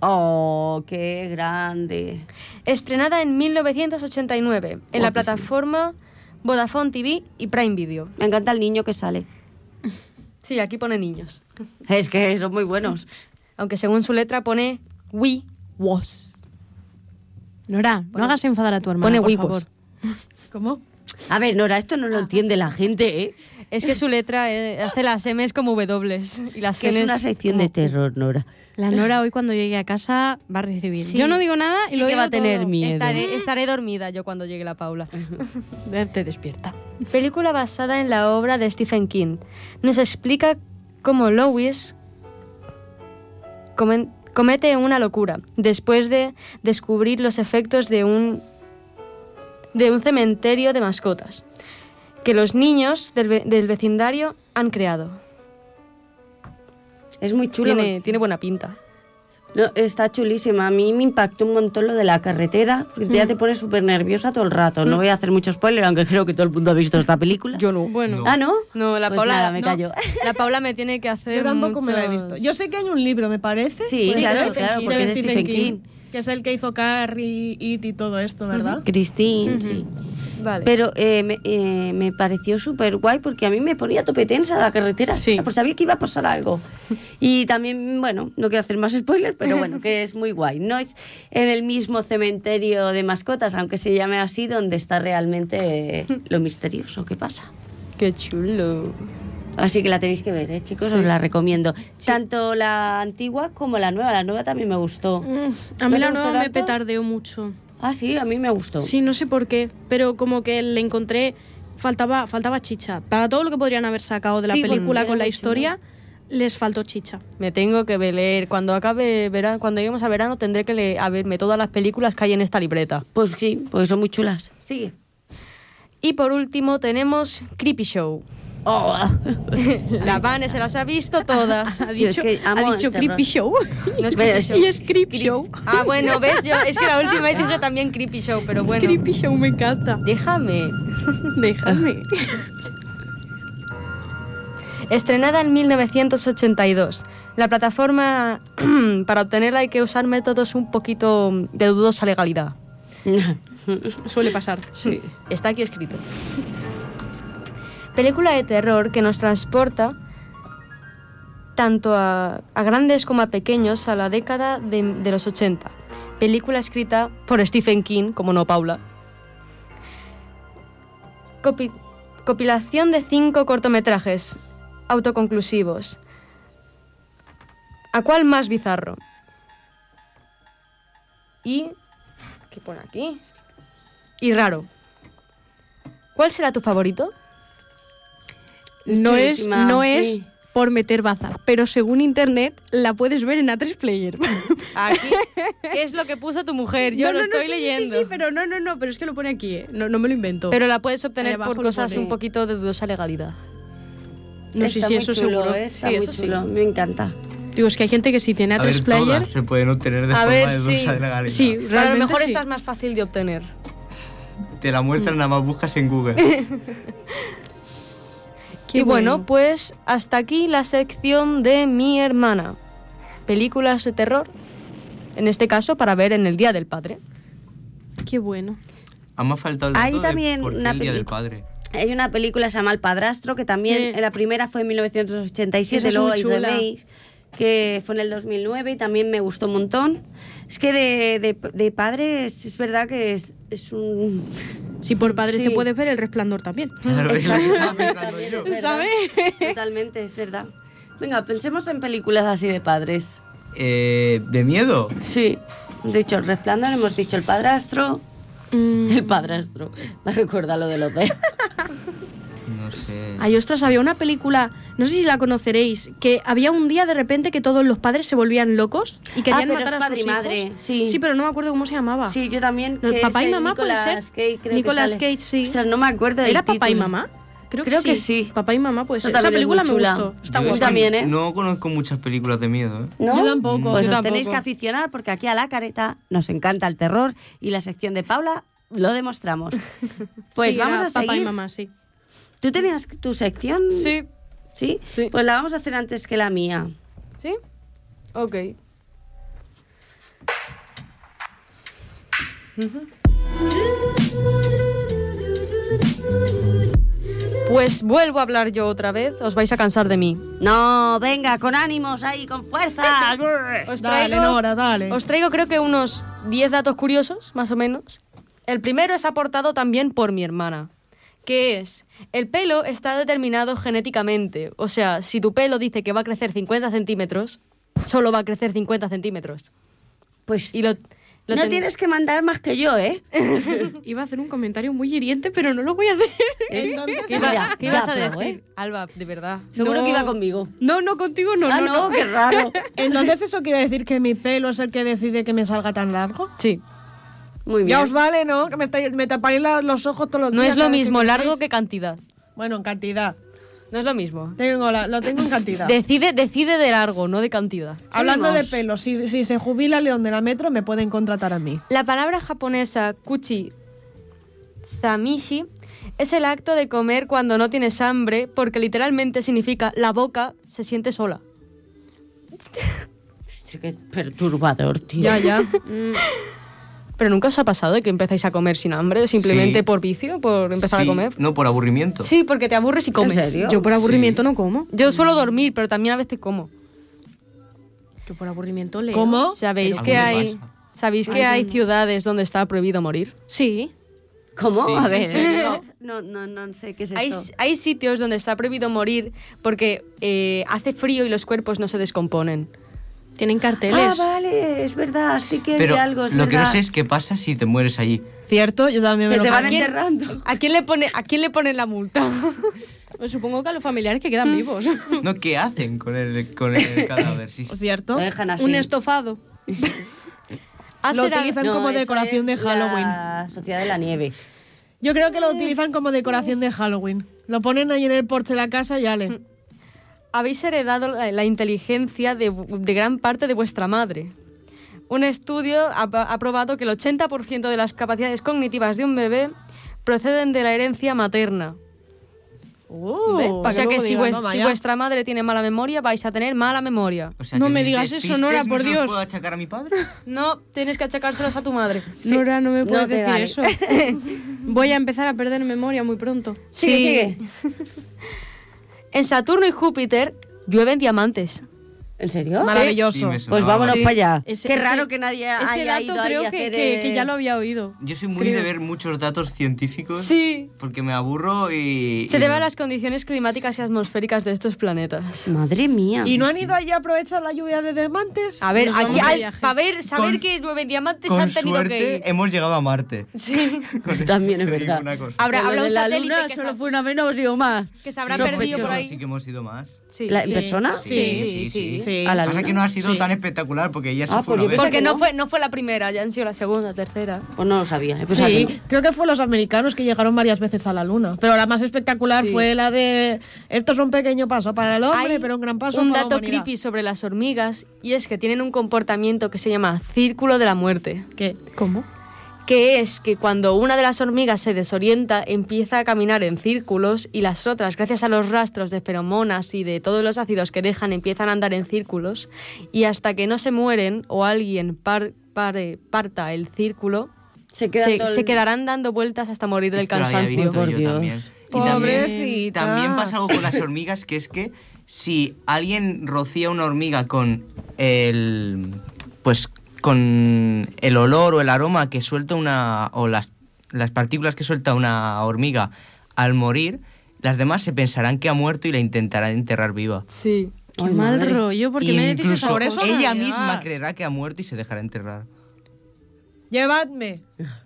Oh, qué grande.
estrenada en 1989 en la
Guapísimo.
plataforma Vodafone TV y Prime Video.
Me encanta el niño que sale.
Sí, aquí pone niños.
Es que son muy buenos.
Aunque según su letra pone We Was.
Nora, no hagas enfadar a tu hermana,
pone
por
huevos.
favor.
¿Cómo?
A ver, Nora, esto no lo entiende la gente, ¿eh?
Es que su letra eh, hace las M's como W y las
Que es
Ns
una sección
como
de terror, Nora.
La Nora hoy cuando llegue a casa va a recibir.
Sí.
Yo no digo nada y
Sí
lo
que
digo
va a tener
todo.
miedo.
Estaré, estaré dormida yo cuando llegue la Paula.
Eh, Te despierta.
Película basada en la obra de Stephen King. Nos explica cómo Lois comen- comete una locura después de descubrir los efectos de un, de un cementerio de mascotas que los niños del, ve- del vecindario han creado.
Es muy chulo.
Tiene, tiene buena pinta.
No, está chulísima. A mí me impactó un montón lo de la carretera. porque
Mm.
Ya te pones súper nerviosa todo el rato. No voy a hacer mucho spoiler, aunque creo que todo el mundo ha visto esta película.
no.
Bueno,
Ah, ¿no?
No, la
Pues
Paula
nada, me
no.
callo.
La Paula me tiene que hacer.
Yo tampoco me la he
muchos-
visto. Yo sé que hay un libro, me parece.
Sí,
Puede
claro,
ser.
claro,
De
porque es Stephen King.
Que es el que hizo Carrie, It y todo esto, ¿verdad?
Christine, sí.
Vale.
Pero eh, me, eh, me pareció súper guay porque a mí me ponía tope tensa la carretera.
Sí.
O sea, pues sabía que iba a pasar algo. Y también, bueno, no quiero hacer más spoilers, pero bueno, que es muy guay. No es en el mismo cementerio de mascotas, aunque se llame así, donde está realmente eh, lo misterioso que pasa.
Qué chulo.
Así que la tenéis que ver, ¿eh, chicos, os la recomiendo. Tanto la antigua como la nueva. La nueva también me gustó.
mm,
¿No
a mí
te
la
gustó
nueva me
tanto?
petardeó mucho.
Ah, sí, a mí me gustó.
Sí, no sé por qué, pero como que le encontré faltaba faltaba chicha. Para todo lo que podrían haber sacado de la
Sí, porque
película
era
con la
muy
historia, les faltó chicha.
Me tengo que leer. Cuando acabe verano, cuando lleguemos a verano tendré que le- a verme todas las películas que hay en esta libreta.
Pues sí, porque son muy chulas. Sigue.
Y por último tenemos Creepy Show.
Oh.
La Vane se las ha visto todas.
Ha
Sí, es
dicho,
que amo este
ha
el
dicho
terror.
creepy show.
No
Pero
es creepy
sí.
show.
y es creep show.
Ah, bueno, ves, yo es que la última vez dije también Creepy Show, pero bueno.
Creepy show me encanta.
Déjame.
Déjame.
Estrenada en 1982. La plataforma para obtenerla hay que usar métodos un poquito de dudosa legalidad.
Suele pasar.
Sí. Está aquí escrito. Película de terror que nos transporta tanto a, a grandes como a pequeños a la década de, de los 80. Película escrita por Stephen King, como no Paula. Copi- copilación de cinco cortometrajes autoconclusivos. ¿A cuál más bizarro? Y... ¿Qué pone aquí? Y raro. ¿Cuál será tu favorito?
No es,
Chulísima,
no
sí.
es por meter baza, pero según internet la puedes ver en A3 Player.
Aquí. ¿Qué es lo que puso tu mujer? Yo
No,
lo
no, no, sí,
estoy
sí,
leyendo.
Sí, sí, pero no, no, no, pero es que lo pone aquí, ¿eh? no, no me lo invento.
Pero la puedes
Ahí
obtener
abajo
por
lo
cosas
pone.
un poquito de dudosa legalidad.
no sé
Está
si
muy
eso
chulo,
seguro.
¿eh? Está
Sí,
muy
eso sí.
chulo, me encanta.
Digo, es que hay gente que si tiene
A ver,
A3 Player,
todas se pueden obtener de
A
forma
ver,
de
sí.
dudosa legalidad.
sí,
Pero a lo
realmente
mejor
sí.
esta es más fácil de obtener.
Te la muestran, nada más buscas en Google.
Qué
y bueno,
bueno.
pues hasta aquí la sección de mi hermana. Películas de terror. En este caso, para ver en el Día del Padre.
Qué bueno.
A mí me ha faltado el dato
Hay
de
también
por qué
una
el Día del
película.
Padre.
Hay una película que se llama El Padrastro, que también eh,
Sí.
la primera fue en 1987,
Esa es
luego
muy
hay
chula.
remakes, que fue en el 2009 y también me gustó un montón. Es que de, de- de padres es verdad que es, es un...
Si por padres
Sí.
te puedes ver el resplandor también.
Mm,
Claro, es lo que estaba pensando
También
yo.
es verdad. Totalmente, es verdad. Venga, pensemos en películas así de padres.
Eh, de miedo.
Sí, hemos dicho el resplandor, hemos dicho el padrastro. El padrastro. Me recuerda lo de los dos.
No sé.
Ay, ostras, había una película, no sé si la conoceréis, que había un día de repente que todos los padres se volvían locos y querían
Ah, pero es
matar a
padre
sus
y madre,
hijos.
sí.
pero no me acuerdo cómo se llamaba.
Sí, yo también.
No,
que es
Ah. papá y
el
mamá puede
Nicolas
ser.
Cage, creo que
Nicolas
sale.
Cage, sí.
Ostras, no me acuerdo del
¿Era papá y
título.
mamá? Creo,
Creo que
que,
sí.
Papá y mamá puede
Eso
ser. Esa
también es muy
película me
chula.
gustó. Está
Yo
guay.
es que
también, ¿eh?
No conozco muchas películas de miedo, ¿eh?
¿No?
Yo tampoco.
Pues
Yo
os
tampoco.
tenéis que aficionar porque aquí a la careta nos encanta el terror y la sección de Paula lo demostramos. Pues
Sí,
vamos
era
a
Papá y
seguir.
mamá, sí.
¿Tú tenías tu sección?
Sí.
¿Sí?
Sí.
Pues la vamos a hacer antes que la mía.
¿Sí? Ok. Pues vuelvo a hablar yo otra vez, os vais a cansar de mí.
No, venga, con ánimos ahí, con fuerza.
Os
Dale,
traigo-
Nora, dale.
Os traigo creo que unos 10 datos curiosos, más o menos. El primero es aportado también por mi hermana, que es, el pelo está determinado genéticamente. O sea, si tu pelo dice que va a crecer 50 centímetros, solo va a crecer 50 centímetros.
Pues
Y lo, lo
no
ten-
tienes que mandar más que yo, ¿eh?
Iba a hacer un comentario muy hiriente, pero no lo voy a hacer.
¿Qué, iba-
Mira,
qué
ya,
ibas a
pero,
decir?
¿eh?
Alba, de verdad.
Seguro
No.
que iba conmigo.
No, no, contigo no.
ah,
no,
no, qué raro.
Entonces, ¿eso quiere decir que mi pelo es el que decide que me salga tan largo?
Sí.
Muy bien.
Ya os vale, ¿no? Que me, estáis- me tapáis la- los ojos todos los
No
días.
es lo
cada vez
mismo
me
largo
veis.
que cantidad.
Bueno, en cantidad.
No es lo mismo.
Tengo la- lo tengo en cantidad.
Decide, decide de largo, no de cantidad.
Hablando de pelo, si, si se jubila León de la Metro, me pueden contratar a mí.
La palabra japonesa kuchi zamishi es el acto de comer cuando no tienes hambre, porque literalmente significa la boca se siente sola.
Hostia, Qué perturbador, tío.
ya. Pero nunca os ha pasado de que empezáis a comer sin hambre, simplemente
Sí.
por vicio, por empezar
Sí,
a comer.
No, por aburrimiento.
Sí, porque te aburres y comes.
serio?
Yo por aburrimiento
Sí.
no como.
Yo suelo dormir, pero también a veces como.
Yo por aburrimiento leo.
¿Cómo?
¿Sabéis
Pero
que
¿cómo
hay,
pasa?
¿sabéis que hay ciudades donde está prohibido morir?
Sí.
¿Cómo?
Sí.
A
¿En
ver,
serio?
no, no, no, no sé qué es
Hay,
esto.
hay sitios donde está prohibido morir porque eh, hace frío y los cuerpos no se descomponen.
Tienen carteles.
Ah, vale, es verdad, sí que
Pero
hay algo, es
lo que no
verdad.
sé es qué pasa si te mueres allí.
¿Cierto? Yo también me
que
lo
te van
cambio.
enterrando.
¿A quién le pone, a quién le ponen la multa?
Pues supongo que a los familiares que quedan vivos.
No, ¿qué hacen con el, con el cadáver? Sí, sí.
¿Cierto?
Lo dejan así.
Un estofado.
Lo
Hacer a-
utilizan como
eso
decoración de
es
Halloween.
La Sociedad de la Nieve.
Yo creo que lo utilizan como decoración de Halloween. Lo ponen ahí en el porche de la casa y ale.
Habéis heredado la, la inteligencia de, vu- de gran parte de vuestra madre. Un estudio ha, ha probado que el 80% de las capacidades cognitivas de un bebé proceden de la herencia materna.
¿Ves?
Uh,
Pa'
o sea que
luego
si,
digan,
vues-
"Toma,
si
ya".
vuestra madre tiene mala memoria, vais a tener mala memoria.
O sea,
No
que
me
mis
digas eso,
despistes
Nora,
no
por
se los
Dios.
puedo achacar a mi padre?
No tienes que achacárselos a tu madre.
Nora, no me
No
puedes
te
decir
vale.
eso. Voy a empezar a perder memoria muy pronto.
Sigue,
Sí.
sigue.
En Saturno y Júpiter llueven diamantes.
¿En serio?
Maravilloso.
Sí, me
Pues
sonaba.
vámonos
Sí.
para allá.
Ese-
Qué
ese-
raro que nadie
Ese
haya
dato
ido ahí
creo
a
que,
hacer,
que- que ya
eh,
lo había oído.
Yo soy muy de ver muchos datos científicos.
Sí.
Porque me aburro y.
Se
y-
debe a las condiciones climáticas y atmosféricas de estos planetas.
Madre mía.
¿Y no han ido allí a aprovechar la lluvia de diamantes?
A ver,
Nos
aquí
vamos de
al-
viaje.
pa' ver, saber
Con-
que nueve diamantes
Con
han tenido
suerte eh.
que ir.
hemos llegado a Marte.
Sí.
Con-
También es
te digo
verdad.
una cosa.
Habrá,
Pero
habrá
lo
un
de la
satélite
luna
que, se-
solo fue una menos y más.
que se habrá
Sí,
perdido
sospechoso,
por ahí.
Sí que hemos ido más.
Sí,
¿La-
sí.
¿En persona?
Sí,
sí, sí.
Sí.
A la
Pasa
luna.
que no ha sido
Sí.
tan espectacular porque ya se
Ah, pues
fue una
yo
vez.
pensé-
Porque no
¿No?
fue, no fue la primera, ya han sido la segunda, tercera.
Pues no lo sabía. ¿eh? Pues
Sí,
aquí no.
creo que fue los americanos que llegaron varias veces a la luna. Pero la más espectacular fue la de. Esto es un pequeño paso para el hombre,
Hay
pero un gran paso
Un
para
dato
la humanidad.
creepy sobre las hormigas y es que tienen un comportamiento que se llama círculo de la muerte.
¿Qué?
¿Cómo?
que es que cuando una de las hormigas se desorienta, empieza a caminar en círculos y las otras, gracias a los rastros de feromonas y de todos los ácidos que dejan, empiezan a andar en círculos y hasta que no se mueren o alguien par- pare- parta el círculo,
Se queda
se,
todo el-
se quedarán dando vueltas hasta morir del
Esto lo había
cansancio.
visto
Oh, Por
yo
Dios.
también. Y también,
Pobrecita.
también pasa algo con las hormigas, que es que si alguien rocía una hormiga con el pues con el olor o el aroma que suelta una o las las partículas que suelta una hormiga al morir, las demás se pensarán que ha muerto y la intentarán enterrar viva.
Sí.
Qué
Ay,
mal
madre.
rollo, porque me decís
Incluso
eso.
ella
Llevar.
misma creerá que ha muerto y se dejará enterrar.
Llevadme.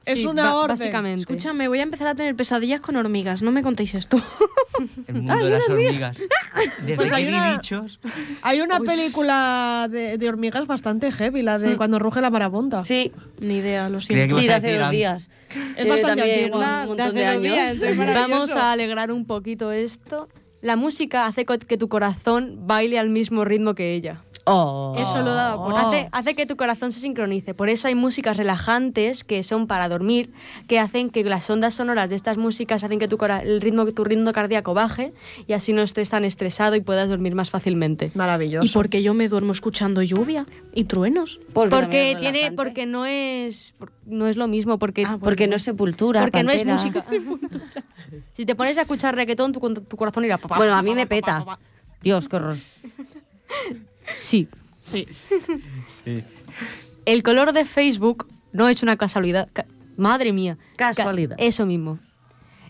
es
Sí,
una
ba-
orden.
Básicamente.
Escúchame, voy a empezar a tener pesadillas con hormigas. No me contéis esto.
El mundo de las hormigas. Desde
Pues
que
hay
vi
una-
bichos,
Hay una película de, de hormigas bastante heavy, la
Mm.
de cuando ruge la marabonda.
Sí,
Ni idea, lo
creía que ibas
siento.
sí, de
a
hace
decir
dos
antes.
días.
Es
Tiene
bastante
también
antigua.
Un
De
montón
hace
de,
dos
años.
días, es
Vamos
maravilloso.
a alegrar un poquito esto. La música hace co- que tu corazón baile al mismo ritmo que ella.
Oh.
Eso lo he dado por hace, hace que tu corazón se sincronice. Por eso hay músicas relajantes que son para dormir, que hacen que las ondas sonoras de estas músicas hacen que tu, cora- el ritmo, tu ritmo cardíaco baje y así no estés tan estresado y puedas dormir más fácilmente.
¿Y
Maravilloso.
por qué yo me duermo escuchando lluvia y truenos?
Pues bueno,
Porque
mira,
tiene,
relajante.
porque no es, por- no es lo mismo, porque,
Ah, bueno.
Porque no es sepultura.
porque no es
Pantera.
música. si te pones a escuchar reggaetón, tu, tu corazón irá. pa, pa,
Bueno, a
pa,
mí
pa,
me
pa, pa,
peta.
pa, pa.
Dios, qué horror.
Sí.
Sí.
El color de Facebook no es una casualidad. ca- madre mía. Ca-
Casualidad.
eso mismo.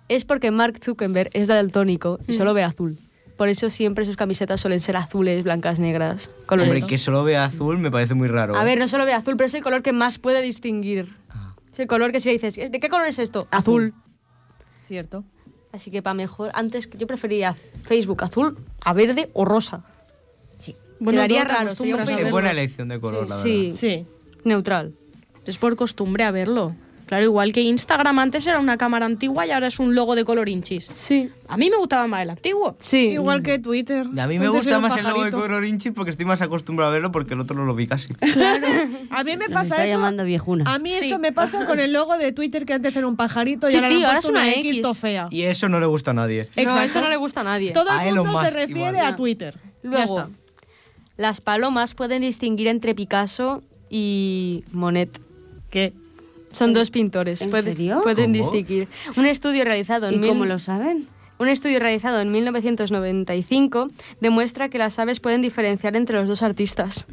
Es porque Mark Zuckerberg es daltónico y solo ve azul. Por eso siempre sus camisetas suelen ser azules, blancas, negras, colores.
Hombre, que solo vea azul me parece muy raro.
A ver, no solo ve azul, pero es el color que más puede distinguir.
Ah.
Es el color que si le dices, ¿de qué color es esto?
Azul.
Cierto. Así que para mejor, antes yo prefería Facebook azul a verde o rosa. Quedaría
tú te
raro, sería
acostumbras
un
a
Facebook.
es
verlo.
buena elección de color, la verdad.
sí,
Sí.
neutral.
Es por costumbre a verlo. Claro, igual que Instagram antes era una cámara antigua y ahora es un logo de color hinchis.
Sí.
A mí me gustaba más el antiguo.
Sí. Mm.
Igual que Twitter.
Y A mí me
Antes era
gusta
un
más el logo de
pajarito.
color inchi porque estoy más acostumbrado a verlo porque el otro no lo vi casi.
A mí me
Nos
pasa
está
eso.
llamando viejuna.
A mí eso me pasa con el logo de Twitter que antes era un pajarito y
Sí,
ahora, le han
tío, ahora
puesto
es una
X,
X.
to fea.
Y eso no le gusta a nadie.
No, eso no le gusta a nadie.
Todo
A
el
Ah, Elon
mundo se
Musk,
refiere
igual.
a Twitter.
Luego,
Ya está.
las palomas pueden distinguir entre Picasso y Monet.
¿Qué?
Son dos pintores.
¿En
pueden,
serio?
Pueden
¿Cómo?
distinguir. Un estudio realizado en
¿Y
mil-
cómo lo saben?
Un estudio realizado en 1995 demuestra que las aves pueden diferenciar entre los dos artistas.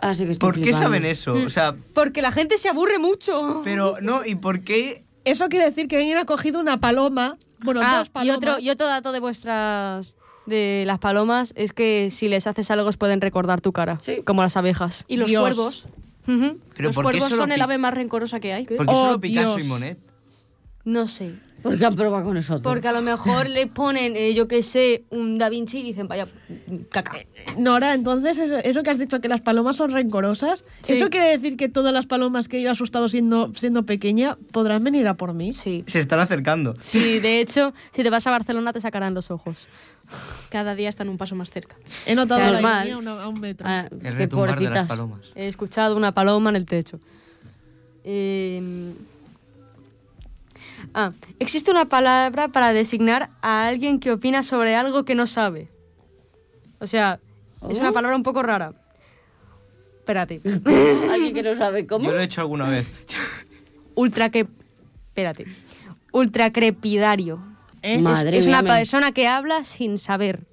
Así Ah, que estoy
¿Por qué
flipando.
saben eso? O sea,
Porque la gente se aburre mucho.
pero no, ¿y por qué?
Eso quiere decir que alguien ha cogido una paloma. Bueno,
Ah,
dos
y
palomas.
otro, y otro dato de vuestras de las palomas es que si les haces algo os pueden recordar tu cara,
Sí.
como las abejas.
Y los
Dios.
cuervos.
Ujú.
¿Pero
los
por qué
cuervos
solo
son el
Pi-
ave más rencorosa que hay.
¿Por qué solo
Oh,
Picasso
Dios.
y Monet?
No sé.
¿Por qué han probado con nosotros?
Porque a lo mejor le ponen, eh, yo qué sé, un Da Vinci y dicen, vaya, mm, caca.
Nora, entonces eso, eso que has dicho que las palomas son rencorosas,
Sí.
¿eso quiere decir que todas las palomas que yo he asustado siendo, siendo pequeña podrán venir a por mí?
Sí.
Se están acercando.
Sí, de hecho, si te vas a Barcelona te sacarán los ojos.
Cada día están un paso más cerca.
He notado la
Normal.
ironía a una- a un metro.
Ah, es
El
que
retumbar de las
pobrecitas.
palomas.
He escuchado una paloma en el techo. Eh, Ah, existe una palabra para designar a alguien que opina sobre algo que no sabe. O sea, es
Oh.
una palabra un poco rara. Espérate.
Alguien que no sabe cómo.
Yo lo he hecho alguna vez.
Ultra que... Espérate. Ultracrepidario.
¿Eh?
Es-
Madre
es,
mía,
una
me-
persona que habla sin saber.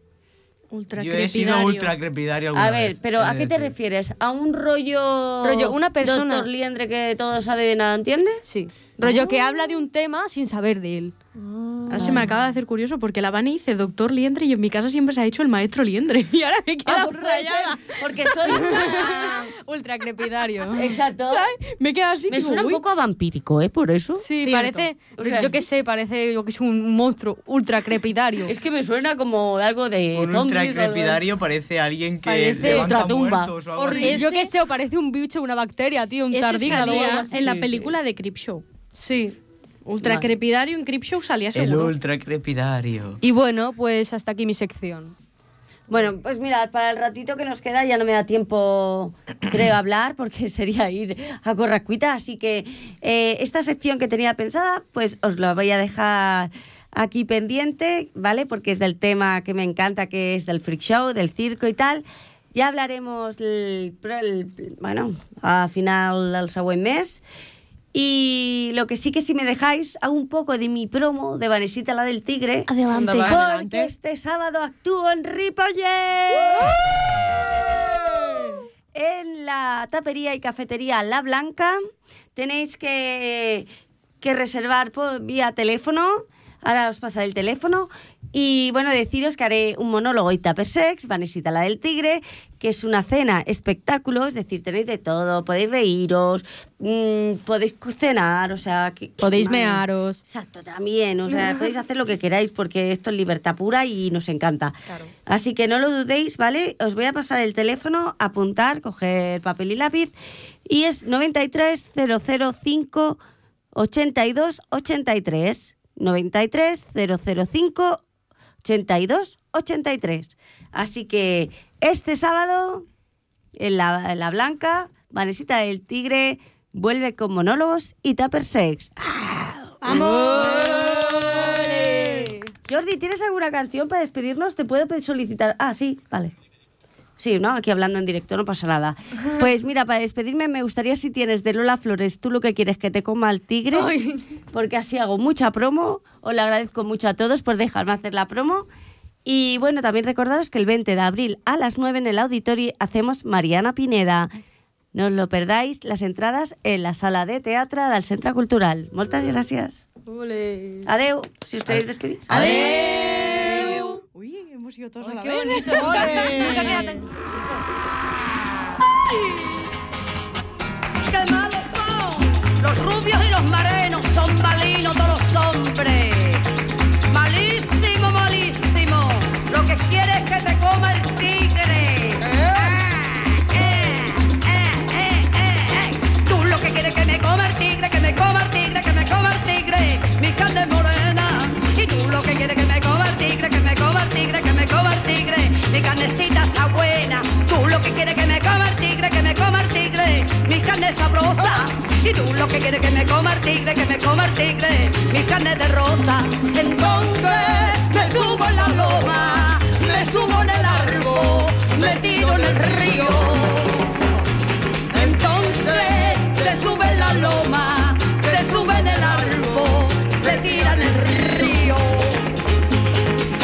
Ultra
Yo he sido
crepidario.
ultra crepidario alguna
A
vez.
ver, pero
he de
¿a qué te
decir.
refieres? ¿A un rollo.
Rollo, una persona-
Doctor Liendre que todo sabe de nada, ¿entiendes?
Sí. Rollo
Oh.
que habla de un tema sin saber de él.
Ahora se me acaba de hacer curioso porque la Vani dice doctor Liendre y en mi casa siempre se ha dicho el maestro Liendre. Y ahora me
Ah,
queda rayada.
pues Porque soy. una-
Ultracrepidario.
Exacto.
Me queda así.
Me
digo,
suena un
"Uy".
poco a vampírico, ¿eh? Por eso.
Sí,
Cierto.
parece,
O sea,
yo qué sé, parece yo que es un monstruo ultracrepidario.
Es que me suena como algo de.
Un
zombies o
ultra
algo de-
crepidario parece alguien que
Parece
levanta
otra tumba.
muertos o algo así.
Horrible. Yo qué sé, o parece un bicho, una bacteria, tío, un
Ese
tardígrado o
salía
algo así.
en la
Sí,
película de Creepshow.
Sí.
Ultra
Vale.
crepidario en Creepshow salía
El
seguro.
ultra crepidario.
Y bueno, pues hasta aquí mi sección.
Bueno, pues mirad, para el ratito que nos queda ya no me da tiempo, creo, hablar, porque sería ir a Corracuita. Así que eh, esta sección que tenía pensada, pues os la voy a dejar aquí pendiente, ¿vale? Porque es del tema que me encanta, que es del freak show, del circo y tal. Ya hablaremos, el, pro- el- bueno, a final del següent mes. Y lo que sí que si me dejáis, hago un poco de mi promo de Vanesita la del Tigre.
Anda, va,
Porque
adelante.
este sábado actúo en Ripollet. En la tapería y cafetería La Blanca. Tenéis que, que reservar por, vía teléfono. Ahora os pasaré el teléfono. Y bueno, deciros que haré un monólogo y tupper sex, Vanesita la del Tigre, que es una cena espectáculo, es decir, tenéis de todo, podéis reíros, mm, podéis cenar, o sea... que-
Podéis
madre-
mearos.
Exacto, también. O sea, podéis hacer lo que queráis porque esto es libertad pura y nos encanta. Así que no lo dudéis, ¿vale? Os voy a pasar el teléfono, apuntar, coger papel y lápiz. Y es 93 005 82 83. 93 005 82 83. Así que este sábado La, la Blanca, Vanesita del Tigre, vuelve con monólogos y Tupper Sex. Jordi, ¿tienes alguna canción para despedirnos? ¿Te puedo pe- solicitar? Ah, sí, vale. Sí, ¿no? Aquí hablando en directo no pasa nada. Pues mira, para despedirme me gustaría si tienes de Lola Flores, tú lo que quieres que te coma el tigre, porque así hago mucha promo. Os le agradezco mucho a todos por dejarme hacer la promo. Y bueno, también recordaros que el 20 de abril a las 9 en el auditorio hacemos Mariana Pineda. No os lo perdáis, las entradas en la sala de teatro del Centro Cultural. Muchas gracias. Adeu, si os queréis despedir.
Eh,
Uy, hemos ido todos a la
¡Qué
vez.
bonito!
¡Ole!
Nunca queda tan-
¡Qué malos son! Los rubios y los marenos son malinos todos los hombres. Malísimo, malísimo. Lo que quiere es que te coma el tigre. Ah, eh, eh, eh, eh, eh. Tú lo que quieres es que me coma el tigre, que me coma el tigre, que me coma el tigre. Mi carne es morena. Y tú lo que quieres es que me coma el tigre, que me coma el tigre, que me coma el tigre. Mi carnecita está buena. Tú lo que quieres es que me coma el tigre, que me coma el tigre. Mi carne es sabrosa. Y tú lo que quieres es que me coma el tigre, que me coma el tigre. Mi carne es de rosa. Entonces me subo en la loma, me subo en el árbol, me tiro en el río. Entonces se sube en la loma, se sube en el árbol, se tira en el río.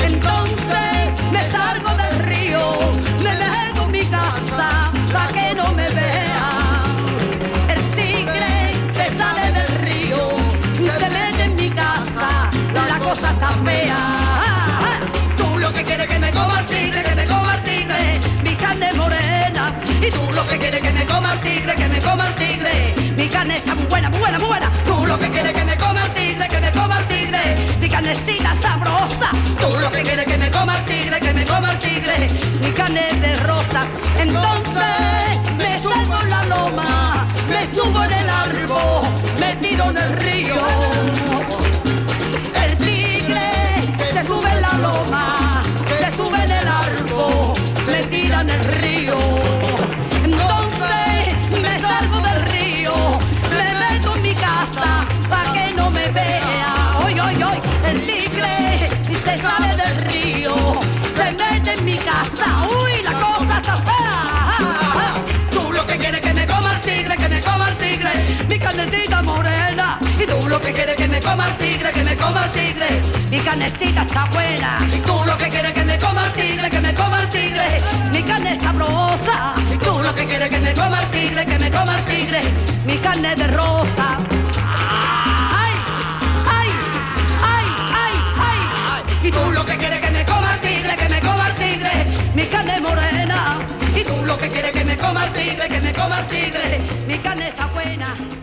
Entonces me salgo del río, me dejo en mi casa para que no me vean. El tigre se sale del río, se mete en mi casa, la cosa está fea. Tú lo que quieres que me coma el tigre, que me coma el tigre, mi carne es morena. Y tú lo que quieres que me coma el tigre, que me coma el tigre, mi carne está muy buena, muy buena, muy buena. Tú lo que quieres que me coma el tigre, que me coma el tigre, mi carnecita sabrosa. Tú lo que quieres que me coma el tigre, que me coma el tigre, mi carne es de rosa. Entonces me salgo en la loma, me subo en el árbol, me tiro en el río. El tigre se sube en la loma, se sube en el árbol, le tiran el río. Entonces me salgo del río, me meto en mi casa para que no me vea. Hoy, hoy, hoy, el tigre se sale del río, se mete en mi casa. Uy, la cosa está fea. Tú lo que quieres que me coma el tigre, que me coma el tigre, mi carnecita morena. Y tú lo que quieres que me coma el tigre, que me coma el tigre, mi carnecita está buena. Y tú lo que quieres que me coma el tigre, que me coma el tigre, mi carne es sabrosa. Y tú lo que quieres que me coma el tigre, que me coma el tigre, mi carne es de rosa. ¡Ay! ¡Ay! ¡Ay! ¡Ay! ¡Ay! ¡Ay! Y tú lo que quieres que me coma el tigre, que me coma el tigre, mi carne es morena. Y tú lo que quieres que me coma el tigre, que me coma el tigre, mi carne está buena.